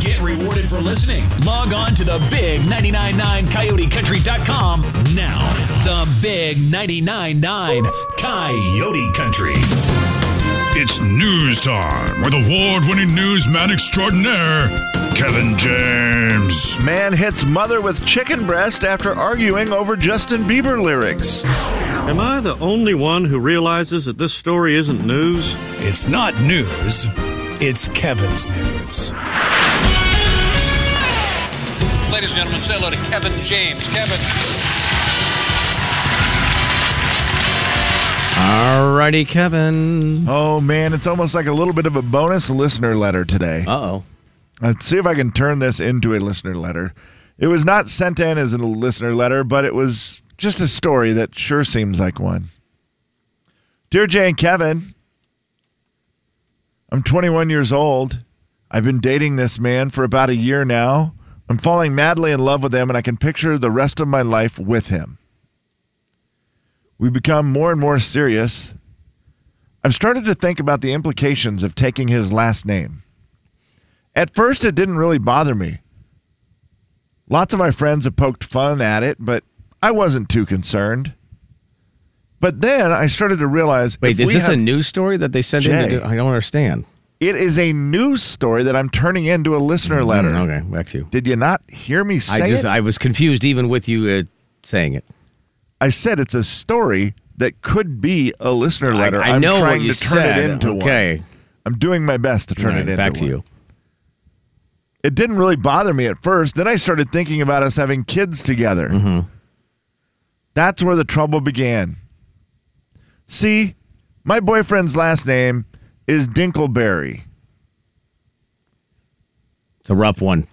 Get rewarded for listening. Log on to the big 999 coyotecountry.com now. The big 999 Coyote Country. It's news time with award winning newsman extraordinaire, Kevin James. Man hits mother with chicken breast after arguing over Justin Bieber lyrics. Am I the only one who realizes that this story isn't news? It's not news, it's Kevin's news. Ladies and gentlemen, say hello to Kevin James. Kevin. Alrighty, Kevin. Oh man, it's almost like a little bit of a bonus listener letter today. Uh oh. Let's see if I can turn this into a listener letter. It was not sent in as a listener letter, but it was just a story that sure seems like one. Dear Jane Kevin, I'm 21 years old. I've been dating this man for about a year now. I'm falling madly in love with him, and I can picture the rest of my life with him. We become more and more serious. I've started to think about the implications of taking his last name. At first, it didn't really bother me. Lots of my friends have poked fun at it, but I wasn't too concerned. But then I started to realize Wait, if is we this a have- news story that they sent in? Jay. To do? I don't understand. it is a news story that I'm turning into a listener letter. Mm, okay, back to you. Did you not hear me say I just it? I was confused even with you uh, saying it. I said it's a story that could be a listener letter. I, I am know trying what you to turn said. it into one. okay. I'm doing my best to turn All it right, into back to one. you. It didn't really bother me at first. Then I started thinking about us having kids together. Mm-hmm. That's where the trouble began. See, my boyfriend's last name is Dinkleberry. It's a rough one.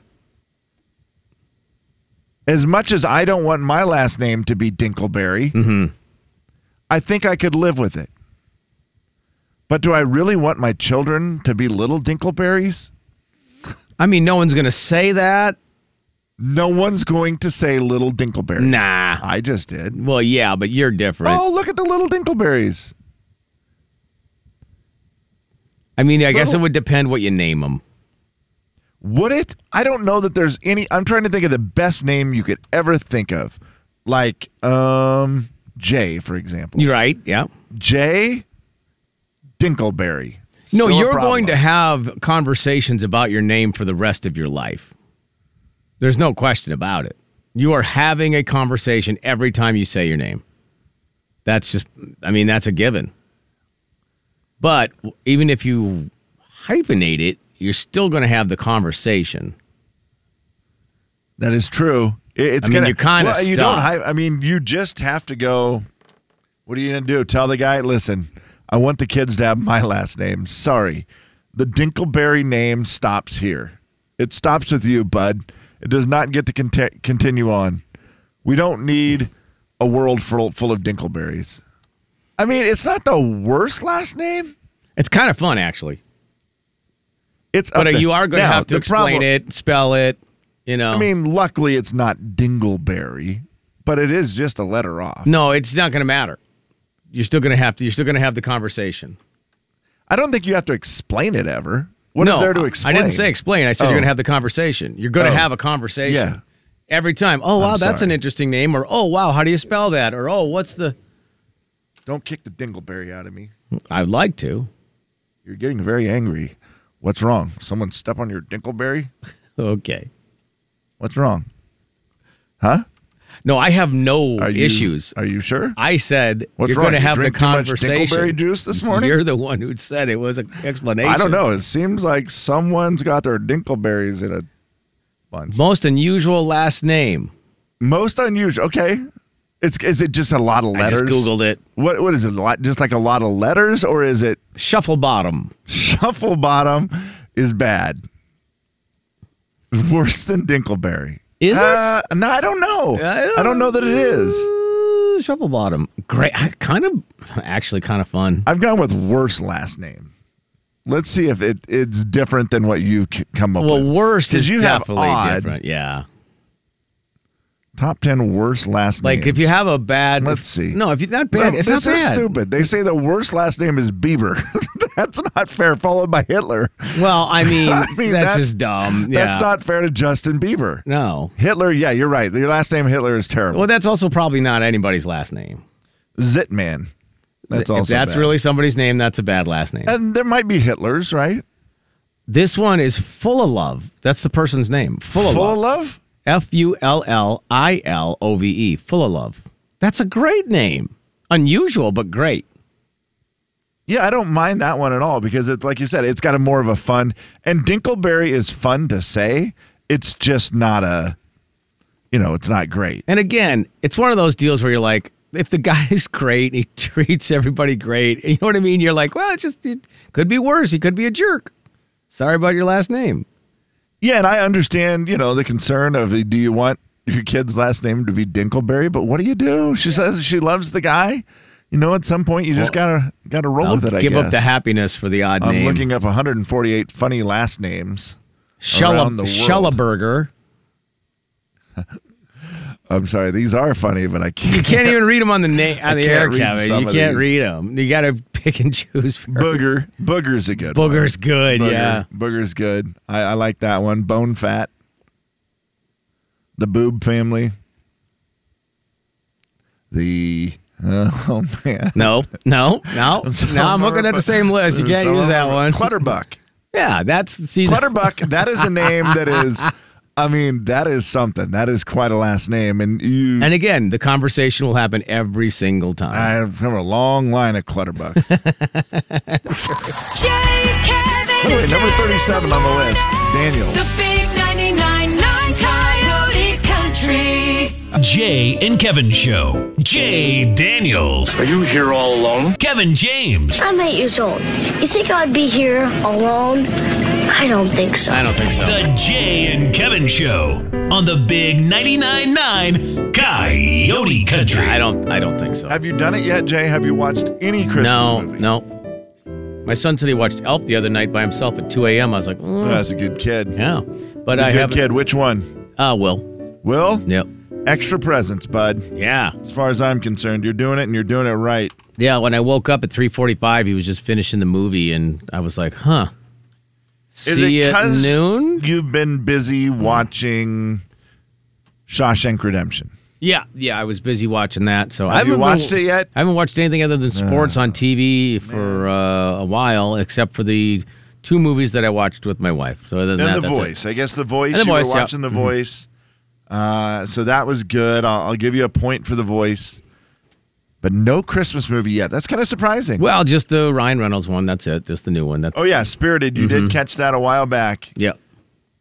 as much as I don't want my last name to be Dinkleberry, Mm-hmm. I think I could live with it. But do I really want my children to be little Dinkleberries? I mean, no one's gonna say that. No one's going to say little Dinkleberries. Nah. I just did. Well, yeah, but you're different. Oh, look at the little Dinkleberries. I mean, I guess it little- would depend what you name them. Would it? I don't know that there's any. I'm trying to think of the best name you could ever think of. Like, um, Jay, for example. You're right. Yeah. Jay Dinkleberry. No, Still a you're problem. going to have conversations about your name for the rest of your life. There's no question about it. You are having a conversation every time you say your name. That's just, I mean, that's a given. But even if you hyphenate it, you're still going to have the conversation. That is true. It- It's I mean, gonna, you're kinda well, you don't. stuck. hi- I mean, you just have to go. What are you gonna do? Tell the guy, listen, I want the kids to have my last name. Sorry, the Dinkleberry name stops here. It stops with you, bud. It does not get to conti- continue on. We don't need a world full, full of Dinkleberries. I mean, it's not the worst last name. It's kind of fun, actually. It's up But there. you are going to Now, have to the explain problem- it, spell it, you know. I mean, luckily it's not Dingleberry, but it is just a letter off. no, it's not going to matter. You're still going to have to, you're still going to have the conversation. I don't think you have to explain it ever. What is no, there to I- explain? I didn't say explain. I said Oh. you're going to have the conversation. You're going to Oh. have a conversation. Yeah. Every time. Oh, wow, I'm that's an sorry. interesting name. Or, oh, wow, how do you spell that? Or, oh, what's the. Don't kick the dingleberry out of me. I'd like to. You're getting very angry. What's wrong? Someone step on your dingleberry? Okay. What's wrong? Huh? No, I have no Are you, issues. Are you sure? I said What's you're wrong? going to You have the drink too much conversation. dingleberry juice this morning? You're the one who said it was an explanation. I don't know. It seems like someone's got their dingleberries in a bunch. Most unusual last name. Most unusual. Okay. It's is it just a lot of letters? I just Googled it. What what is it? A lot just like a lot of letters or is it Shuffle bottom. Shuffle bottom is bad. Worse than Dinkleberry. Is it? Uh, no, I don't know. I don't, know that it is. Uh, Shuffle bottom. Great. I- Kind of, actually, kind of fun. I've gone with worse last name. Let's see if it, it's different than what you've c- come up Well, with. worst 'Cause is you have definitely odd. different. Yeah. Top 10 worst last Like names. if you have a bad, Let's see. No, if you're not No, bad, it's not this is bad. stupid. They say the worst last name is Beaver. that's not fair. Followed by Hitler. Well, I mean, I mean, that's, that's- just dumb. Yeah. That's not fair to Justin Bieber. No. Hitler, yeah, you're right. Your last name Hitler is terrible. Well, that's also probably not anybody's last name. Zitman. That's if also that's bad. really somebody's name, that's a bad last name. And there might be Hitlers, right? This one is full of love. That's the person's name. Full of Full love. of love. F U L L I L O V E. Full of love. That's a great name. Unusual, but great. Yeah, I don't mind that one at all because it's like you said, it's got a more of a fun. And Dinkleberry is fun to say. It's just not a, you know, it's not great. And again, it's one of those deals where you're like, if the guy is great, he treats everybody great. You know what I mean? You're like, well, it's just it could be worse. He could be a jerk. Sorry about your last name. Yeah, and I understand, you know, the concern of do you want your kid's last name to be Dinkleberry? But what do you do? She says she loves the guy. You know, at some point you just gotta gotta roll I'll with it. I give up the guess. happiness for the odd I'm name. looking up 148 funny last names. around the world. Schullaberger. I'm sorry, these are funny, but I can't. You can't even read them on the na- on the can't air, read Kevin. some You of can't these. read them. You got to pick and choose. For Booger, booger's a good. one. Booger's good, Booger. yeah. Booger's good. I, I like that one. Bone fat. The boob family. The oh man. No, no, no, Some no. of I'm looking them at are- the same list. You there's can't some use of that them are- one. Clutterbuck. Yeah, that's see. Clutterbuck. that is a name that is. I mean, that is something. That is quite a last name, and you. And again, the conversation will happen every single time. I've come a long line of Clutterbucks. Jay, Kevin, anyway, and number Slim. thirty-seven on the list. Daniels. The big 99.9 Coyote Country. Jay and Kevin Show. Jay Daniels. Are you here all alone? Kevin James. I'm eight years old. You think I'd be here alone? I don't think so. I don't think so. The Jay and Kevin Show on the Big 99.9 9 Coyote Country. I don't. I don't think so. Have you done it yet, Jay? Have you watched any Christmas No, movie? no. My son said he watched Elf the other night by himself at 2 a.m. I was like, Oh, mm, that's a good kid. yeah, but That's a I good haven't. kid. Which one? Ah, will. Will? Yep. Extra presents, bud. Yeah. As far as I'm concerned, you're doing it and you're doing it right. Yeah, when I woke up at 3:45, he was just finishing the movie, and I was like, "Huh." See you at 'cause noon. You've been busy watching Shawshank Redemption. Yeah, yeah, I was busy watching that. So Have I haven't you been- watched it yet? I haven't watched anything other than sports on TV for uh, a while, except for the two movies that I watched with my wife. So other than And that, the that's it. voice. I guess the voice. And The you Voice, were yeah. Mm-hmm. watching the voice. Uh, so that was good. I'll, I'll give you a point for the voice. But no Christmas movie yet. That's kind of surprising. Well, just the Ryan Reynolds one. That's it. Just the new one. That's Oh yeah, Spirited. You Mm-hmm. did catch that a while back. yeah.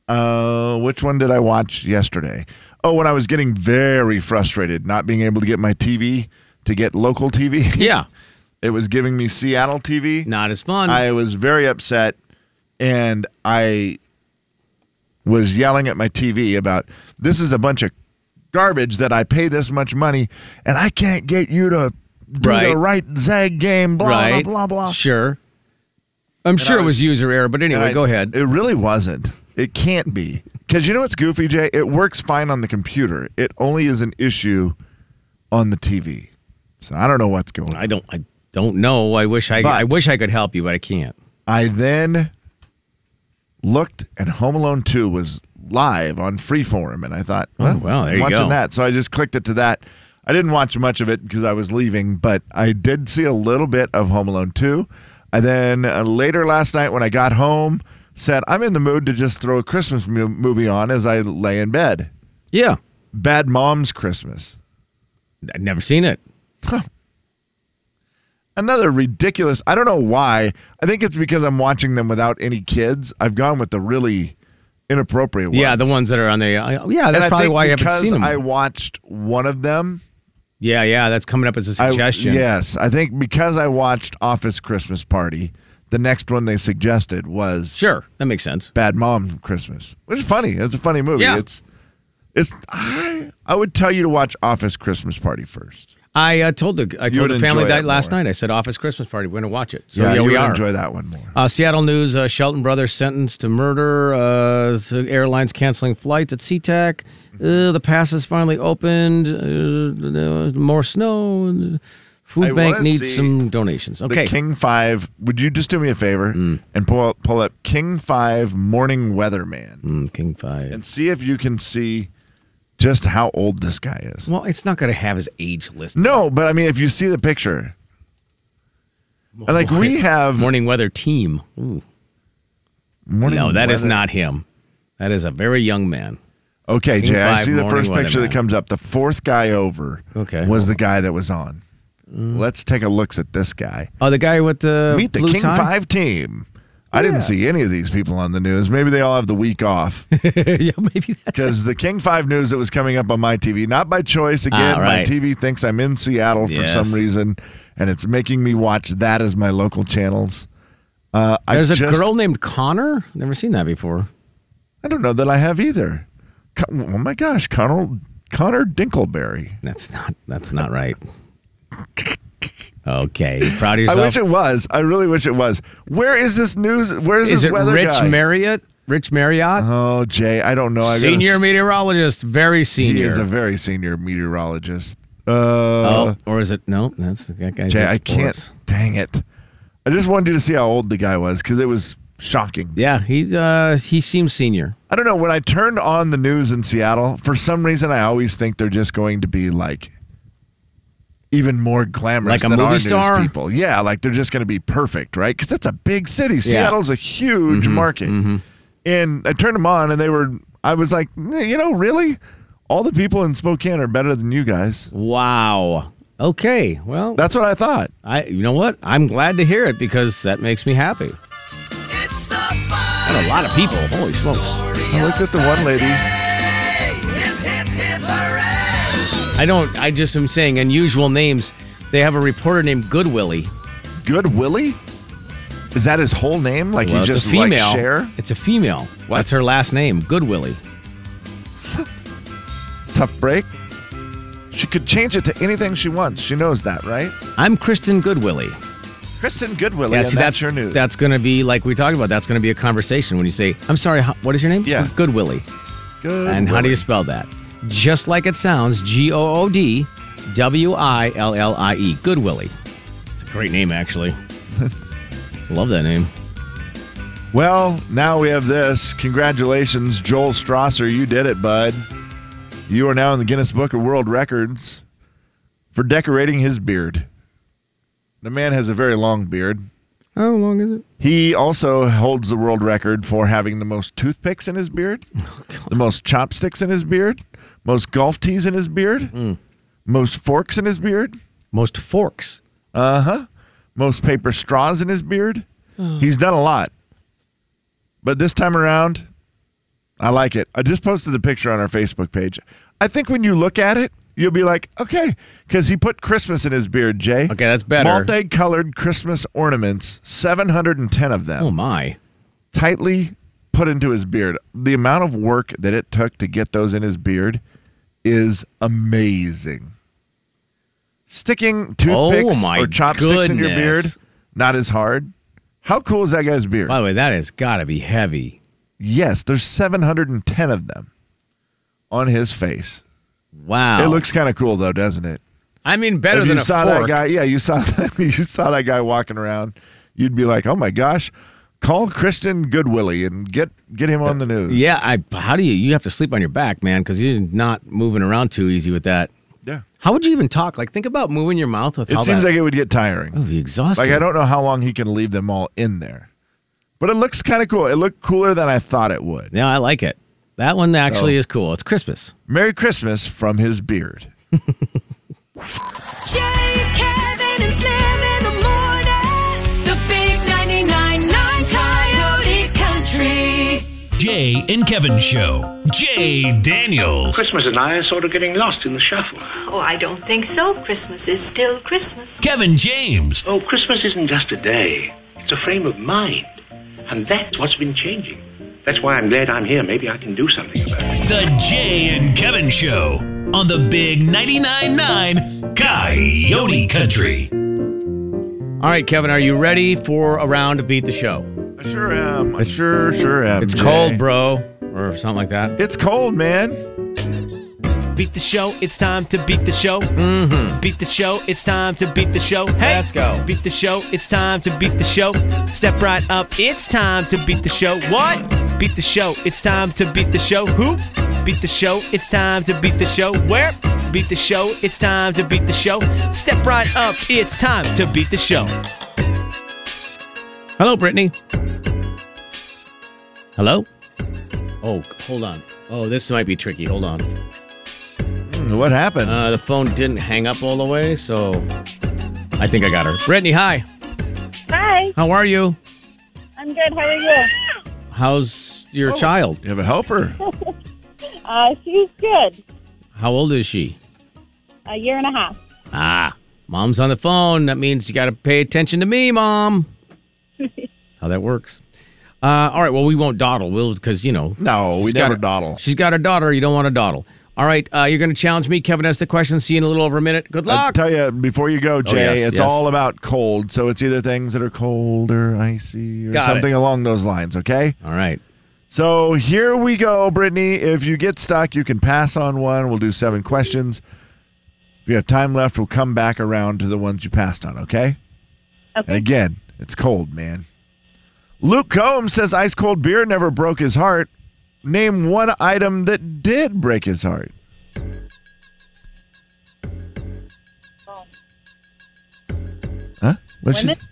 Uh, which one did I watch yesterday? Oh, when I was getting very frustrated not being able to get my TV to get local TV. Yeah, It was giving me Seattle TV. not as fun. I was very upset and I was yelling at my TV about this is a bunch of garbage that I pay this much money and I can't get you to do Right. the right Zag game, blah, right? blah, blah, blah. Sure. I'm sure I it was was- user error, but anyway, And I- go ahead. It really wasn't. It can't be. Because you know what's goofy, Jay? It works fine on the computer. It only is an issue on the TV. So I don't know what's going on. I don't. I don't know. I wish I. But- I wish I could help you, but I can't. I then looked, and Home Alone 2 was live on Freeform, and I thought, well, wow, Oh, there you watching go. that. So I just clicked it to that. I didn't watch much of it because I was leaving, but I did see a little bit of Home Alone 2. And then uh, later last night when I got home, said, I'm in the mood to just throw a Christmas mu- movie on as I lay in bed. Yeah. Bad Mom's Christmas. I've never seen it. another ridiculous. I don't know why. I think it's because I'm watching them without any kids. I've gone with the really inappropriate ones. Yeah, the ones that are on the. I- Yeah, And that's I probably think why you haven't because seen them. I watched one of them. yeah, yeah, that's coming up as a I- suggestion. yes, I think because I watched Office Christmas Party, the next one they suggested was Sure, that makes sense. Bad Mom Christmas, which is funny. It's a funny movie. Yeah. It's it's. I, I would tell you to watch Office Christmas Party first. I uh, told the I told would the family enjoy it that last more. night. I said office Christmas party. We're gonna watch it. So yeah, yeah, you we would are. enjoy that one more. Uh, Seattle news: uh, Shelton brothers sentenced to murder. Uh, so airlines canceling flights at SeaTac. Mm-hmm. Uh, the passes finally opened. Uh, more snow. Food I bank wanna see needs some donations. The Okay, Mm. King Five. Would you just do me a favor and pull up, pull up King Five Morning Weatherman Mm, King Five. and see if you can see just how old this guy is? Well, it's not gonna have his age listed. No, but I mean, if you see the picture, and like we have Morning weather team. Ooh. morning No, that is weather- not him. That is a very young man. Okay, King Jay, I Five see the Morning first picture that Weatherman. comes up. The fourth guy over Okay. was the guy that was on. Let's take a look at this guy. Oh, the guy with the Meet the blue King tie? Five team. I didn't see any of these people on the news. Maybe they all have the week off yeah, maybe that's because the King Five news that was coming up on my TV, not by choice. Again, Ah, my right. TV thinks I'm in Seattle for Yes. some reason, and it's making me watch that as my local channels. Uh, There's I a just, girl named Connor. Never seen that before. I don't know that I have either. Con- Oh my gosh, Connor Connor Dinkleberry. That's not. That's not right. Okay, you proud of I yourself. wish it was. I really wish it was. Where is this news? Where is, Is this it weather Rich guy? Marriott? Rich Marriott, oh, Jay, I don't know. I gotta senior s- meteorologist, very He senior. is a very senior meteorologist. oh, Uh, or is it? No, that's that guy. Jay, I can't. Dang it! I just wanted you to see how old the guy was because it was shocking. Yeah, he's uh, he seems senior. I don't know. When I turned on the news in Seattle, for some reason, I always think they're just going to be like even more glamorous Like a than our movie star? news people. Yeah, like they're just going to be perfect, right? Because it's a big city. Seattle's a huge Mm-hmm. market. And I turned them on, and they were. I was like, "Nah, you know, really, all the people in Spokane are better than you guys. Wow. Okay. Well, That's what I thought. I. You know what? I'm glad to hear it because that makes me happy. It's the And a lot of people. Holy smokes. I looked at the one lady. I don't. I just am saying unusual names. They have a reporter named Good Willie. Good Willie. Is that his whole name? Like Well, you just it's a female. like share? It's a female. That's her last name, Good Willie. tough break. She could change it to anything she wants. She knows that, right? I'm Kristen Good Willie. Kristen Goodwillie, Yeah, and see, that's your news. That's going to be like we talked about. That's going to be a conversation when you say, "I'm sorry, how- what is your name?" Yeah. Good Willie. Good. And how do you spell that? Just like it sounds, G O O D W I L L I E. Good Willie. It's a great name, actually. Love that name. Well, now we have this. Congratulations, Joel Strasser. You did it, bud. You are now in the Guinness Book of World Records for decorating his beard. The man has a very long beard. How long is it? He also holds the world record for having the most toothpicks in his beard, Oh, the most chopsticks in his beard, most golf tees in his beard, Mm. most forks in his beard, Most forks. most paper straws in his beard. He's done a lot. But this time around, I like it. I just posted the picture on our Facebook page. I think when you look at it, you'll be like, okay, because he put Christmas in his beard, Jay. Okay, that's better. Multicolored Christmas ornaments, 710 of them. Oh my. tightly put into his beard. The amount of work that it took to get those in his beard is amazing. Sticking toothpicks Oh my or chopsticks in your beard, goodness. not as hard. How cool is that guy's beard? By the way, that has got to be heavy. Yes, there's 710 of them on his face. Wow. It looks kind of cool though, doesn't it? I mean, better if than you a saw fork. that guy, yeah, you saw you saw that guy walking around, you'd be like, "Oh my gosh, call Christian Goodwillie and get get him on the news." Yeah, I. How do you? You have to sleep on your back, man, because you're not moving around too easy with that. yeah. How would you even talk? Like, think about moving your mouth with. It how seems that, Oh, like it would get tiring. It would be exhausting. Like I don't know how long he can leave them all in there. But it looks kind of cool. It looked cooler than I thought it would. Yeah, I like it. That one actually So- is cool. It's Christmas. Merry Christmas from his beard. Jay, Kevin, and Slim in the morning. The big 99.9 Coyote Country. Jay and Kevin Show. Jay Daniels. Christmas and I are sort of getting lost in the shuffle. Oh, I don't think so. Christmas is still Christmas. Kevin James. Oh, Christmas isn't just a day, it's a frame of mind. And that's what's been changing. That's why I'm glad I'm here. Maybe I can do something about it. The Jay and Kevin Show. on the big 99.9 9 Coyote Country. All right, Kevin, are you ready for a round of Beat the Show? I sure am. I sure, sure am. It's Jay. cold, bro, or something like that. It's cold, man. Beat the show, it's time to beat the show. Mm-hmm. Beat the show, it's time to beat the show. Hey, Let's go. Beat the show, it's time to beat the show. Step right up, it's time to beat the show. What? Beat the show, it's time to beat the show. Who? Beat the show, it's time to beat the show. Where? Beat the show, it's time to beat the show. Step right up, it's time to beat the show. Hello, Brittany. Hello? Oh, hold on. Oh, this might be tricky. Hold on. Hmm, What happened? Uh, the phone didn't hang up all the way, so I think I got her. Brittany, hi. Hi, How are you? I'm good. How are you? How's your child? you have a helper. Uh, she's good. How old is she? A year and a half. Ah, mom's on the phone. That means you got to pay attention to me, mom. That's how that works. Uh, all right. Well, we won't dawdle. We'll because you know No, we She's got never a- dawdle. She's got a daughter. You don't want to dawdle. All right. Uh, you're going to challenge me. Kevin has the question. See you in a little over a minute. Good I luck. tell you before you go, Jay, Oh, yes, it's yes. all about cold. So it's either things that are cold or icy or Got it. something along those lines. Okay. all right. So here we go, Brittany. If you get stuck, you can pass on one. We'll do seven questions. If you have time left, we'll come back around to the ones you passed on. Okay. And Okay. again, it's cold, man. Luke Combs says ice cold beer never broke his heart. Name one item that did break his heart. Huh? What'd she Women? say?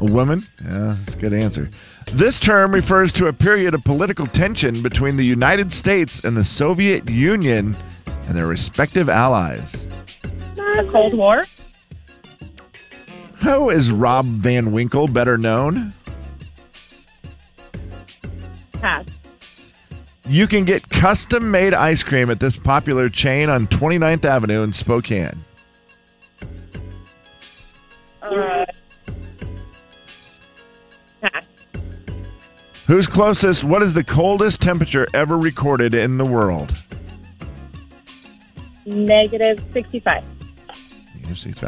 A woman? Yeah, that's a good answer. This term refers to a period of political tension between the United States and the Soviet Union and their respective allies. The Cold War. How is Rob Van Winkle better known? Pass. You can get custom made ice cream at this popular chain on 29th Avenue in Spokane. Uh, pass. Who's closest? What is the coldest temperature ever recorded in the world? Negative 65.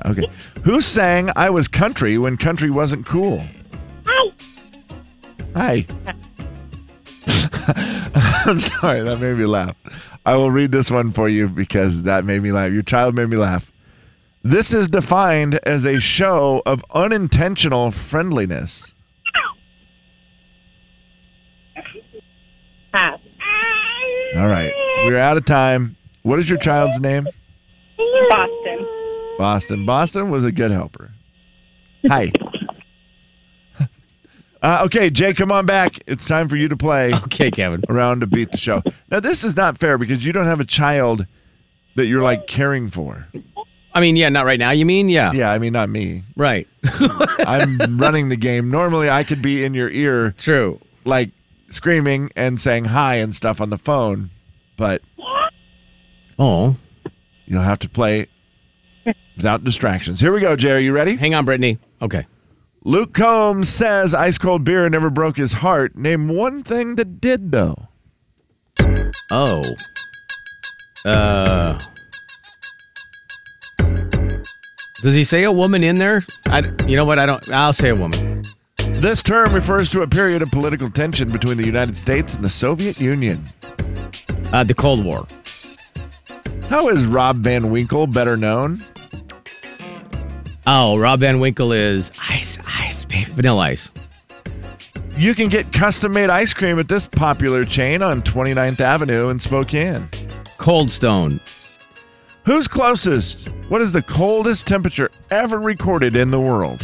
Okay. Who sang I Was Country when country wasn't cool? Hi. Hi. I'm sorry, that made me laugh. I will read this one for you because that made me laugh. Your child made me laugh. This is defined as a show of unintentional friendliness. Pass. All right. We're out of time. What is your child's name? Boston. Boston. Boston was a good helper. Hi. Uh, okay, Jay, come on back. It's time for you to play Okay, Kevin. around to beat the show. Now, this is not fair because you don't have a child that you're like caring for. I mean, yeah, not right now. You mean, yeah, Yeah, I mean, not me. right. I'm running the game. Normally, I could be in your ear, True. like screaming and saying hi and stuff on the phone, but Oh, you'll have to play without distractions. Here we go, Jay. Are you ready? hang on, Brittany. Okay. Luke Combs says ice cold beer never broke his heart. Name one thing that did, though. Oh. Uh. Does he say a woman in there? I, you know what? I don't. I'll say a woman. This term refers to a period of political tension between the United States and the Soviet Union. Uh, the Cold War. How is Rob Van Winkle better known? Oh, Rob Van Winkle is ice, ice, baby, vanilla ice. You can get custom made ice cream at this popular chain on 29th Avenue in Spokane. Cold Stone. Who's closest? What is the coldest temperature ever recorded in the world?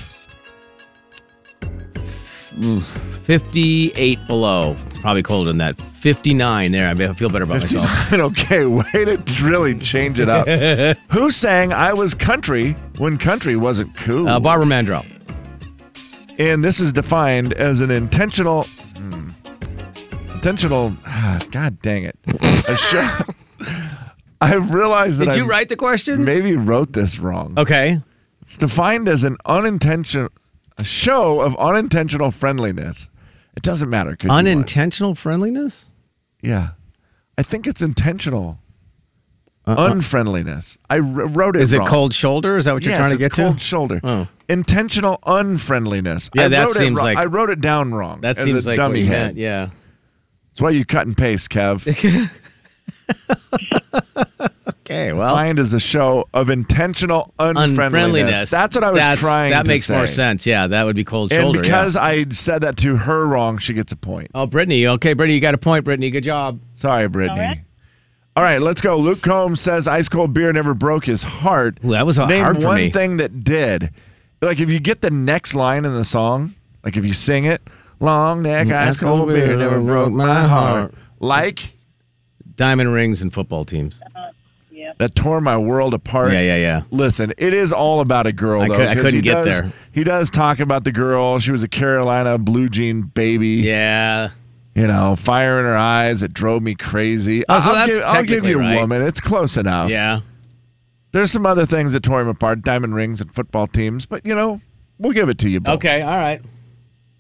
58 below. It's probably colder than that. 59 there. I mean, I feel better about myself. okay, way to really change it up. Who sang I Was Country when country wasn't cool? Uh, Barbara Mandrell. and this is defined as an intentional hmm, intentional ah, god dang it a show i realized that Did you I write the questions? maybe wrote this wrong Okay. it's defined as an unintentional a show of unintentional friendliness it doesn't matter 'cause you won. Unintentional friendliness? yeah i think it's intentional unfriendliness. I wr- wrote it. Uh-uh. Is it wrong. cold shoulder? Is that what you're Yes, trying to it's get to? cold shoulder. Oh. Intentional unfriendliness. Yeah, I that wrote it seems wrong. like- I wrote it down wrong. That as seems a like dummy what you head. meant. Yeah. That's why you cut and paste, Kev. okay, well. Defined as a show of intentional unfriendliness. Unfriendliness. That's what I was That's- trying That to makes say. more sense. Yeah, that would be cold And shoulder. yeah. because I said that to her wrong, she gets a point. Oh, Brittany. Okay, Brittany, you got a point, Brittany. Good job. Sorry, Brittany. All right. let's go. Luke Combs says ice cold beer never broke his heart. that was, uh, Name hard for one me. thing that did. Like if you get the next line in the song, like if you sing it, long Mm, neck ice cold beer never broke my heart. Like diamond rings and football teams. That tore my world apart. Yeah, yeah, yeah. Listen, it is all about a girl. I though, could- I 'cause couldn't he get does- there. He does talk about the girl. She was a Carolina blue jean baby. Yeah. You know, fire in her eyes. It drove me crazy. Oh, so I'll, that's give, I'll give technically you right. woman. It's close enough. Yeah. There's some other things that tore him apart diamond rings and football teams, but you know, we'll give it to you. Both. Okay. All right.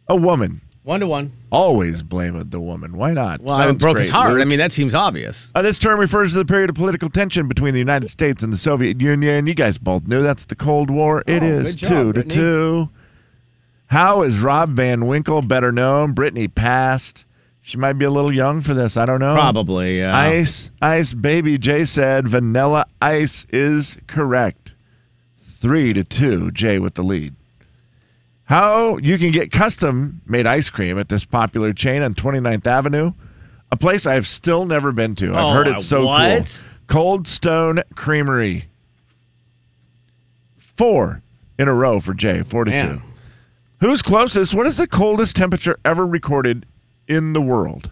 A woman. One to one. Always blame the woman. Why not? Well, I Sounds broke his great, heart. Luke. I mean, that seems obvious. Uh, this term refers to the period of political tension between the United States and the Soviet Union. You guys both knew that's the Cold War. It Oh, is good job, two to Brittany. two. How is Rob Van Winkle better known? Brittany passed. She might be a little young for this. I don't Um, know. Probably. Yeah. Ice, ice, baby. Jay said vanilla ice is correct. Three to two. Jay with the lead. How you can get custom made ice cream at this popular chain on 29th Avenue, a place I've still never been to. I've Oh, heard it's so what? cool. Cold Stone Creamery. Four in a row for Jay. Four to Man. two. Who's closest? What is the coldest temperature ever recorded in the world?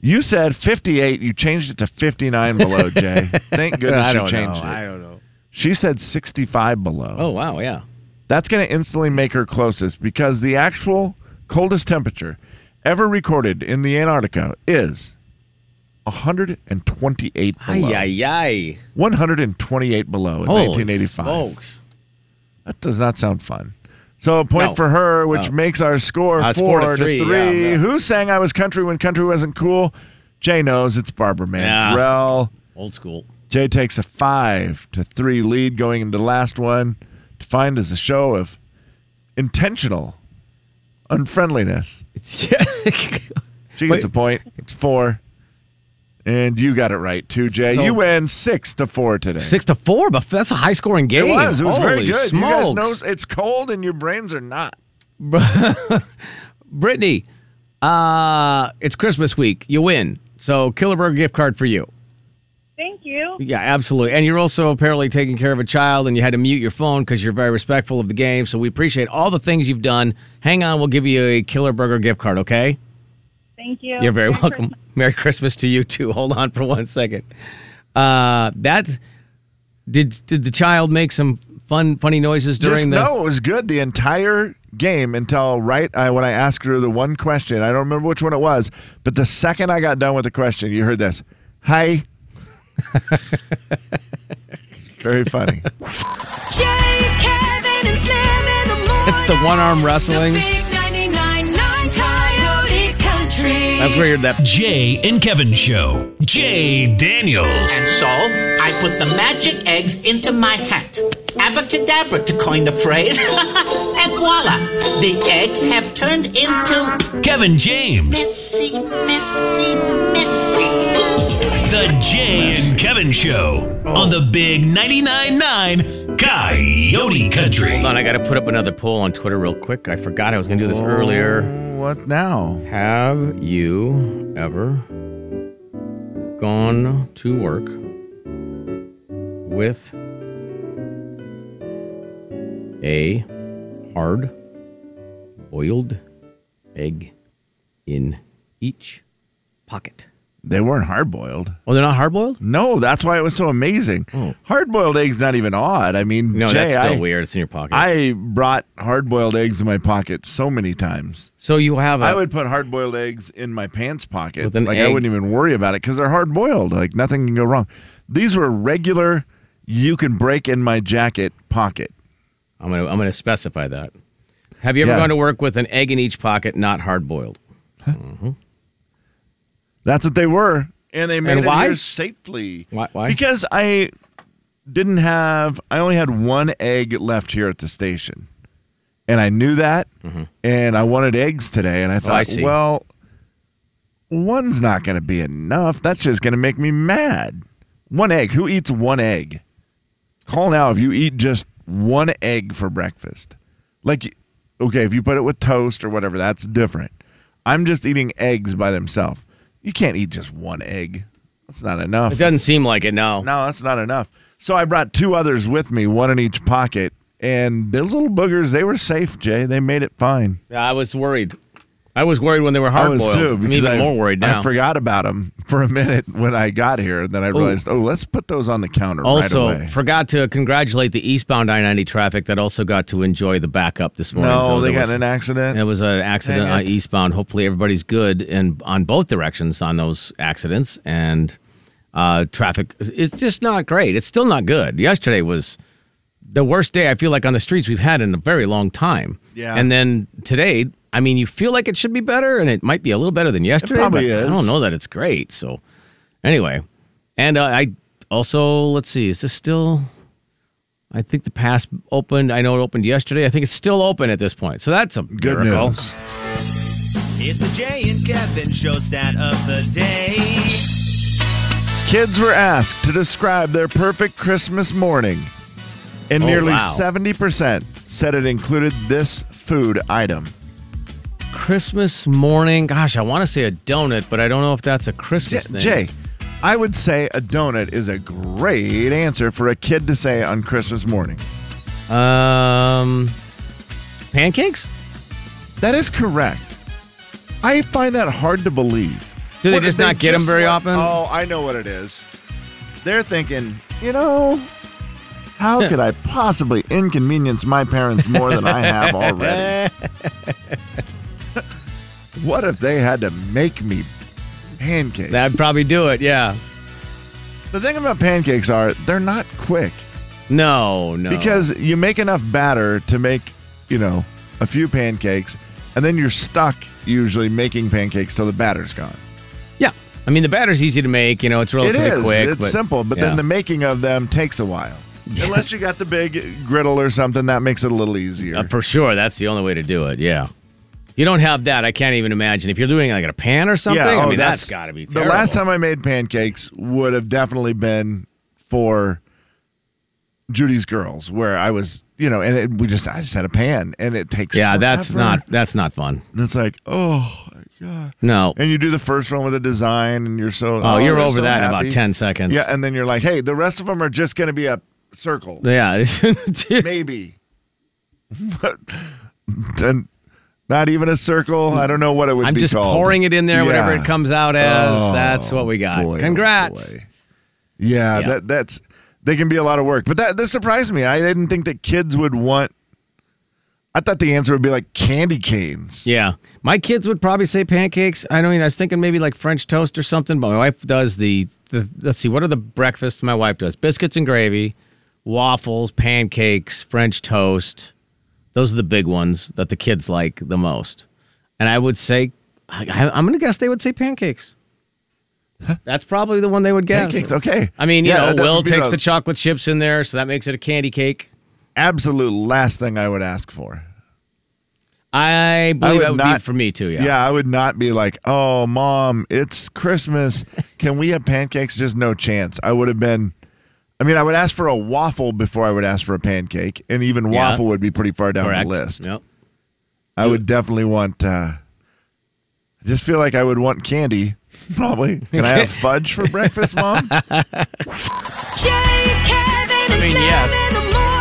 You said 58. You changed it to 59 below, Jay. Thank goodness I you don't changed know. it. I don't know. She said 65 below. Oh wow. Yeah. That's going to instantly make her closest because the actual coldest temperature ever recorded in the Antarctica is 128 below. Ay ay ay. 128 below in Oh, Holy 1985. Smokes. That does not sound fun. So a point No. for her, which No. makes our score Uh, it's four, to three. yeah, yeah. Who sang "I Was Country When Country Wasn't Cool"? Jay knows it's Barbara Yeah. Mandrell. Old school. Jay takes a five to three lead going into the last one, defined as a show of intentional unfriendliness. She gets Wait. a point. It's four, and you got it right too, Jay. So- you win six to four today. Six to four, but that's a high scoring It game. was. It was very Holy good. Smokes. You guys know it's cold and your brains are not. Brittany, uh, it's Christmas week. You win. So Killeberg gift card for you. Thank you. Yeah, absolutely. And you're also apparently taking care of a child, and you had to mute your phone because you're very respectful of the game. So we appreciate all the things you've done. Hang on, we'll give you a Killer Burger gift card. Okay? Thank you. You're very Merry welcome. Christmas. Merry Christmas to you too. Hold on for one second. Uh, that did did the child make some fun funny noises during Just the? no, it was good the entire game until right I, when I asked her the one question. I don't remember which one it was, but the second I got done with the question, you heard this. Hi. Very funny. Jay, Kevin, and Slim in the morning. It's the one arm wrestling. Big 99.9 Coyote Country. That's where you're that Jay and Kevin show. Jay Daniels. And so I put the magic eggs into my hat. Abacadabra, to coin the phrase. and voila, the eggs have turned into Kevin James. messy, messy, messy. The Jay and Kevin show on the big 99.9 9 Coyote Country. Hold on, I got to put up another poll on Twitter real quick. I forgot I was going to do this earlier. Oh, What now? Have you ever gone to work with a hard boiled egg in each pocket? They weren't hard boiled. Oh, they're not hard boiled? No, that's why it was so amazing. Hard boiled eggs not even odd. I mean, Oh. No, Jay, that's still I, weird. It's in your pocket. I brought hard boiled eggs in my pocket so many times. so you have a I would put hard boiled eggs in my pants pocket. With an like I egg. wouldn't even worry about it because they're hard boiled. Like nothing can go wrong. These were regular. You can break in my jacket pocket. I'm gonna I'm gonna specify that. Have you ever Yeah. gone to work with an egg in each pocket, not hard boiled? That's what they were. and they made And it why? here safely. Why? why? Because I didn't have, I only had one egg left here at the station, and I knew that, and I wanted eggs today, and I Mm-hmm. Oh, I thought, see. well, one's not going to be enough. That's just going to make me mad. One egg. Who eats one egg? Call now if you eat just one egg for breakfast. Like, okay, if you put it with toast or whatever, that's different. I'm just eating eggs by themselves. You can't eat just one egg. That's not enough. It doesn't seem like it. No. No, that's not enough. So I brought two others with me, one in each pocket. And those little boogers, they were safe, Jay. They made it fine. Yeah, I was worried. I was worried when they were hard I was boiled. too. I'm because even I- more worried now. I forgot about them for a minute when I got here. Then I Ooh. realized, oh, let's put those on the counter Also, right away. forgot to congratulate the eastbound I 90 traffic that also got to enjoy the backup this morning. No, Though they there got in an accident. It was an accident Dang on it. eastbound. Hopefully, everybody's good and on both directions on those accidents. And uh, traffic it's just not great. It's still not good. Yesterday was the worst day I feel like on the streets we've had in a very long time. Yeah. And then today, I mean, you feel like it should be better, and it might be a little better than yesterday. probably but is. I don't know that it's great. So, anyway, and uh, I also let's see, is this still? I think the pass opened. I know it opened yesterday. I think it's still open at this point. So that's a good miracle. news. It's the Jay and Kevin show stat of the day. Kids were asked to describe their perfect Christmas morning, and Oh, nearly wow. 70% said it included this food item. Christmas morning. Gosh, I want to say a donut, but I don't know if that's a J- Christmas thing. Jay, I would say a donut is a great answer for a kid to say on Christmas morning. Um, pancakes? That is correct. I find that hard to believe. Do they What, just not get 'em very want- often? Oh, I know what it is. They're thinking, you know, how could I possibly inconvenience my parents more than I have already? what if they had to make me pancakes? That'd probably do it. Yeah. the thing about pancakes are they're not quick No, no. because you make enough batter to make, you know, a few pancakes, and then you're stuck usually making pancakes till the batter's gone. yeah, I mean the batter's easy to make. You know, it's It relatively is. quick. it's simple, but yeah. then the making of them takes a while. Unless you got the big griddle or something, that makes it a little easier. Uh, for sure, that's the only way to do it. Yeah. If you don't have that, I can't even imagine. If you're doing like in a pan or something, I oh, mean that's got to be the terrible. last time I made pancakes would have definitely been for Judy's girls, where I was, you know, and it, we just I just had a pan, and it takes Yeah, that's forever. not that's not fun. And it's like, oh my god. No. And you do the first one with a design, and you're so Oh, you're they're over so that in about happy. 10 seconds. Yeah, and then you're like, hey, the rest of them are just going to be a circle, Yeah. it's- maybe. But- and not even a circle. I don't know what it would I'm be just called. pouring it in there, whatever Yeah. it comes out as. Oh, that's what we got. boy, oh, Congrats. boy. Yeah, Yeah. that that's they can be a lot of work. But that this surprised me. I didn't think that kids would want I thought the answer would be like candy canes. Yeah. My kids would probably say pancakes. I don't mean, I was thinking maybe like French toast or something, but my wife does the, the let's see, what are the breakfasts my wife does? Biscuits and gravy, waffles, pancakes, French toast. Those are the big ones that the kids like the most. And I would say, I, I- I'm going to guess they would say pancakes. That's probably the one they would guess. Pancakes, okay. I mean, you Yeah, that- know, that Will would be takes the- the chocolate chips in there, so that makes it a candy cake. Absolute last thing I would ask for. I believe that would be for me too. Yeah. I would not be like, "Oh, mom, it's Christmas. Can we have pancakes?" Just no chance. I would have been. I mean, I would ask for a waffle before I would ask for a pancake, and even Yeah. waffle would be pretty far down Correct. the list. Yep. I would definitely want. Uh, I just feel like I would want candy. Probably. Can I have fudge for breakfast, mom? Jay, Kevin, and Slim in the morning.